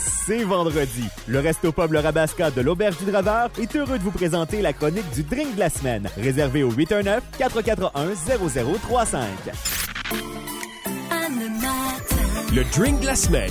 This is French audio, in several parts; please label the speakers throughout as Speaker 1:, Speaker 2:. Speaker 1: c'est vendredi. Le Resto Pub Le Rabasca de l'Auberge du Draveur est heureux de vous présenter la chronique du drink de la semaine, réservé au 819-441-0035.
Speaker 2: Le drink de la semaine.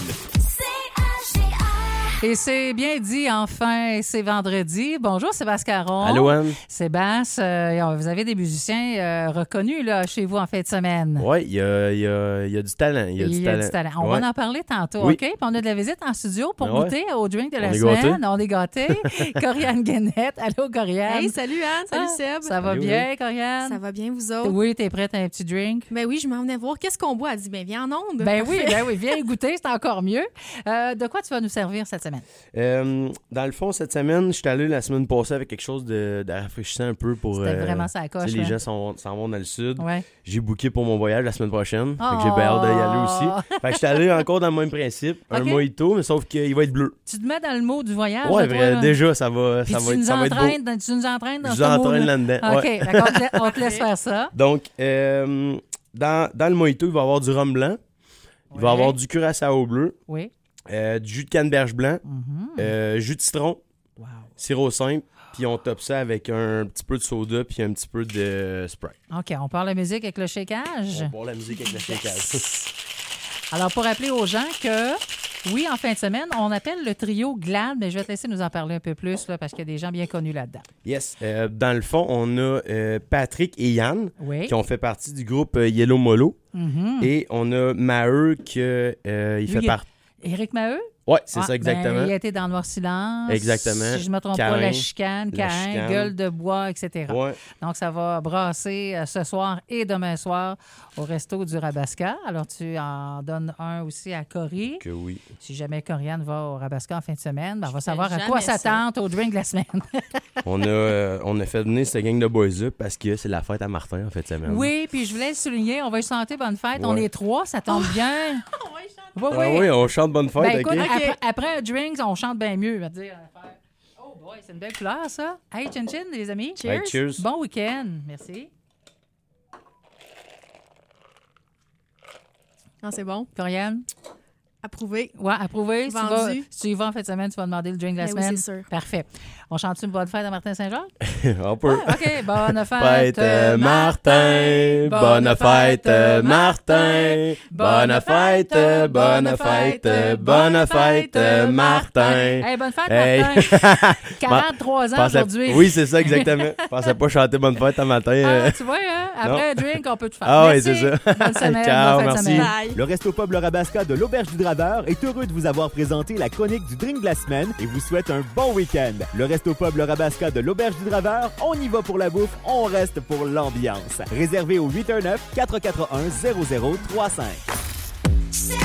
Speaker 3: Et c'est bien dit, enfin, c'est vendredi. Bonjour Sébastien Caron.
Speaker 4: Allô, Anne?
Speaker 3: Sébastien, euh, vous avez des musiciens euh, reconnus là, chez vous en fin de semaine.
Speaker 4: Oui, il y a, il y a- il y a du talent. Il y a du talent.
Speaker 3: On
Speaker 4: Ouais.
Speaker 3: va en parler tantôt,
Speaker 4: Oui.
Speaker 3: OK? Puis on a de la visite en studio pour
Speaker 4: Ouais.
Speaker 3: goûter au drink de la
Speaker 4: On est
Speaker 3: semaine.
Speaker 4: gâtés.
Speaker 3: On est gâtés. Corianne Guénette. Allô, Corianne.
Speaker 5: Hey, salut Anne, salut
Speaker 3: Ah,
Speaker 5: Seb.
Speaker 3: Ça va
Speaker 4: Allô,
Speaker 3: bien, Corianne?
Speaker 5: Ça va bien, vous autres?
Speaker 3: Oui, t'es prête à un petit drink?
Speaker 5: Ben oui, je m'en venais voir. Qu'est-ce qu'on boit? Elle dit, ben viens en onde.
Speaker 3: Ben oui, ben oui, viens goûter, c'est encore mieux. Euh, de quoi tu vas nous servir cette semaine?
Speaker 4: Euh, dans le fond, cette semaine, je suis allé la semaine passée avec quelque chose de, de rafraîchissant un peu pour.
Speaker 3: C'était
Speaker 4: euh,
Speaker 3: vraiment ça coche.
Speaker 4: tu sais, les
Speaker 3: là.
Speaker 4: gens s'en s'en vont dans le sud.
Speaker 3: Ouais.
Speaker 4: J'ai booké pour mon voyage la semaine prochaine. Fait que J'ai
Speaker 3: Oh.
Speaker 4: bien hâte d'y aller aussi. Fait que je suis allé encore dans le même principe. Un
Speaker 3: Ok. Ah,
Speaker 4: mojito, mais sauf qu'il va être bleu.
Speaker 3: Tu te mets dans le mot du voyage.
Speaker 4: ouais,
Speaker 3: là, toi,
Speaker 4: vrai,
Speaker 3: là.
Speaker 4: déjà, ça va,
Speaker 3: Puis
Speaker 4: ça
Speaker 3: tu,
Speaker 4: va, être,
Speaker 3: nous
Speaker 4: ça va être beau.
Speaker 3: entraînes, dans- tu nous entraînes dans
Speaker 4: Je
Speaker 3: ce mot-là.
Speaker 4: l'entraîne là-dedans.
Speaker 3: OK,
Speaker 4: ouais.
Speaker 3: d'accord, on te la- on te laisse faire ça.
Speaker 4: Donc, euh, dans, dans le mojito, il va y avoir du rhum blanc. Il
Speaker 3: Ouais.
Speaker 4: va y avoir du curaçao bleu.
Speaker 3: Oui.
Speaker 4: Euh, du jus de canneberge blanc,
Speaker 3: Mhm.
Speaker 4: euh, jus de citron,
Speaker 3: Wow.
Speaker 4: sirop simple, puis on top ça avec un petit peu de soda puis un petit peu de Sprite.
Speaker 3: OK, on parle de musique avec le shakeage.
Speaker 4: On boit la musique avec la shakeage.
Speaker 3: Alors, pour rappeler aux gens que, oui, en fin de semaine, on appelle le trio GLAD, mais je vais te laisser nous en parler un peu plus, là, parce qu'il y a des gens bien connus là-dedans.
Speaker 4: Yes. Euh, dans le fond, on a euh, Patrick et Yann
Speaker 3: Oui.
Speaker 4: qui ont fait partie du groupe euh, Yellow Molo
Speaker 3: Mhm.
Speaker 4: et on a Maheu qui euh, il
Speaker 3: Lui,
Speaker 4: fait
Speaker 3: il est-
Speaker 4: partie.
Speaker 3: Éric Maheu?
Speaker 4: Ouais, c'est
Speaker 3: Ah,
Speaker 4: ça
Speaker 3: ben,
Speaker 4: exactement.
Speaker 3: il a été dans Noir Silence.
Speaker 4: Exactement.
Speaker 3: Si je ne me trompe pas,
Speaker 4: Caïn.
Speaker 3: La Chicane,
Speaker 4: La
Speaker 3: Caïn,
Speaker 4: Chicane.
Speaker 3: Gueule de Bois, etc.
Speaker 4: Ouais.
Speaker 3: Donc, ça va brasser euh, ce soir et demain soir au resto du Rabasca. Alors, tu en donnes un aussi à Corrie.
Speaker 4: Que oui.
Speaker 3: Si jamais Corianne va au Rabasca en fin de semaine, ben, on va
Speaker 5: fais
Speaker 3: savoir à
Speaker 5: jamais
Speaker 3: quoi
Speaker 5: ça.
Speaker 3: s'attendre au drink de la semaine.
Speaker 4: on, a, euh, on a fait venir cette gang de boys up parce que c'est la fête à Martin en fait semaine.
Speaker 3: oui, puis je voulais le souligner, on va lui chanter bonne fête. On
Speaker 4: Ouais.
Speaker 3: est trois, ça
Speaker 5: Oh.
Speaker 3: tombe bien. Oui,
Speaker 4: Ah
Speaker 3: oui.
Speaker 4: oui, on chante bonne fête.
Speaker 3: Ben,
Speaker 4: ok?
Speaker 3: écoute, après, après un drink, on chante bien mieux. va dire, on va faire, Oh boy, c'est une belle couleur, ça. Hey, chin chin, les amis.
Speaker 4: Hey, cheers.
Speaker 3: Bon week-end. Merci.
Speaker 5: Ah, c'est bon.
Speaker 3: Corianne?
Speaker 5: Approuvé.
Speaker 3: Oui, approuvé. Si tu,
Speaker 5: Vendu.
Speaker 3: vas, si tu y vas en fin de semaine, tu vas demander le drink de la
Speaker 5: Ben oui,
Speaker 3: semaine.
Speaker 5: c'est sûr.
Speaker 3: Parfait. On chante une bonne fête à Martin Saint-Jean?
Speaker 4: on peut.
Speaker 3: OK, bonne fête.
Speaker 4: Fête euh, Martin, bonne fête euh, Martin, bonne fête, euh, bonne fête, euh, bonne fête euh, Martin.
Speaker 3: Hey, bonne fête,
Speaker 4: Hey.
Speaker 3: Martin. 43 ans
Speaker 4: Pensais-
Speaker 3: aujourd'hui.
Speaker 4: Oui, c'est ça exactement. Je pensais pas chanter bonne fête un matin. euh.
Speaker 3: Ah, tu vois, hein, après un drink, on peut te faire.
Speaker 4: Ah oui,
Speaker 3: Merci.
Speaker 4: c'est ça.
Speaker 3: Bonne semaine.
Speaker 4: Ciao,
Speaker 3: bonne fin de
Speaker 4: merci.
Speaker 3: semaine.
Speaker 5: Bye.
Speaker 1: Le Resto Pub Le Rabasca de l'Auberge du Draveur est heureux de vous avoir présenté la chronique du drink de la semaine et vous souhaite un bon week-end. Le Resto Pub Le Rabasca de l'Auberge du Draveur, on y va pour la bouffe, on reste pour l'ambiance. Réservé au 819-441-0035.
Speaker 6: Say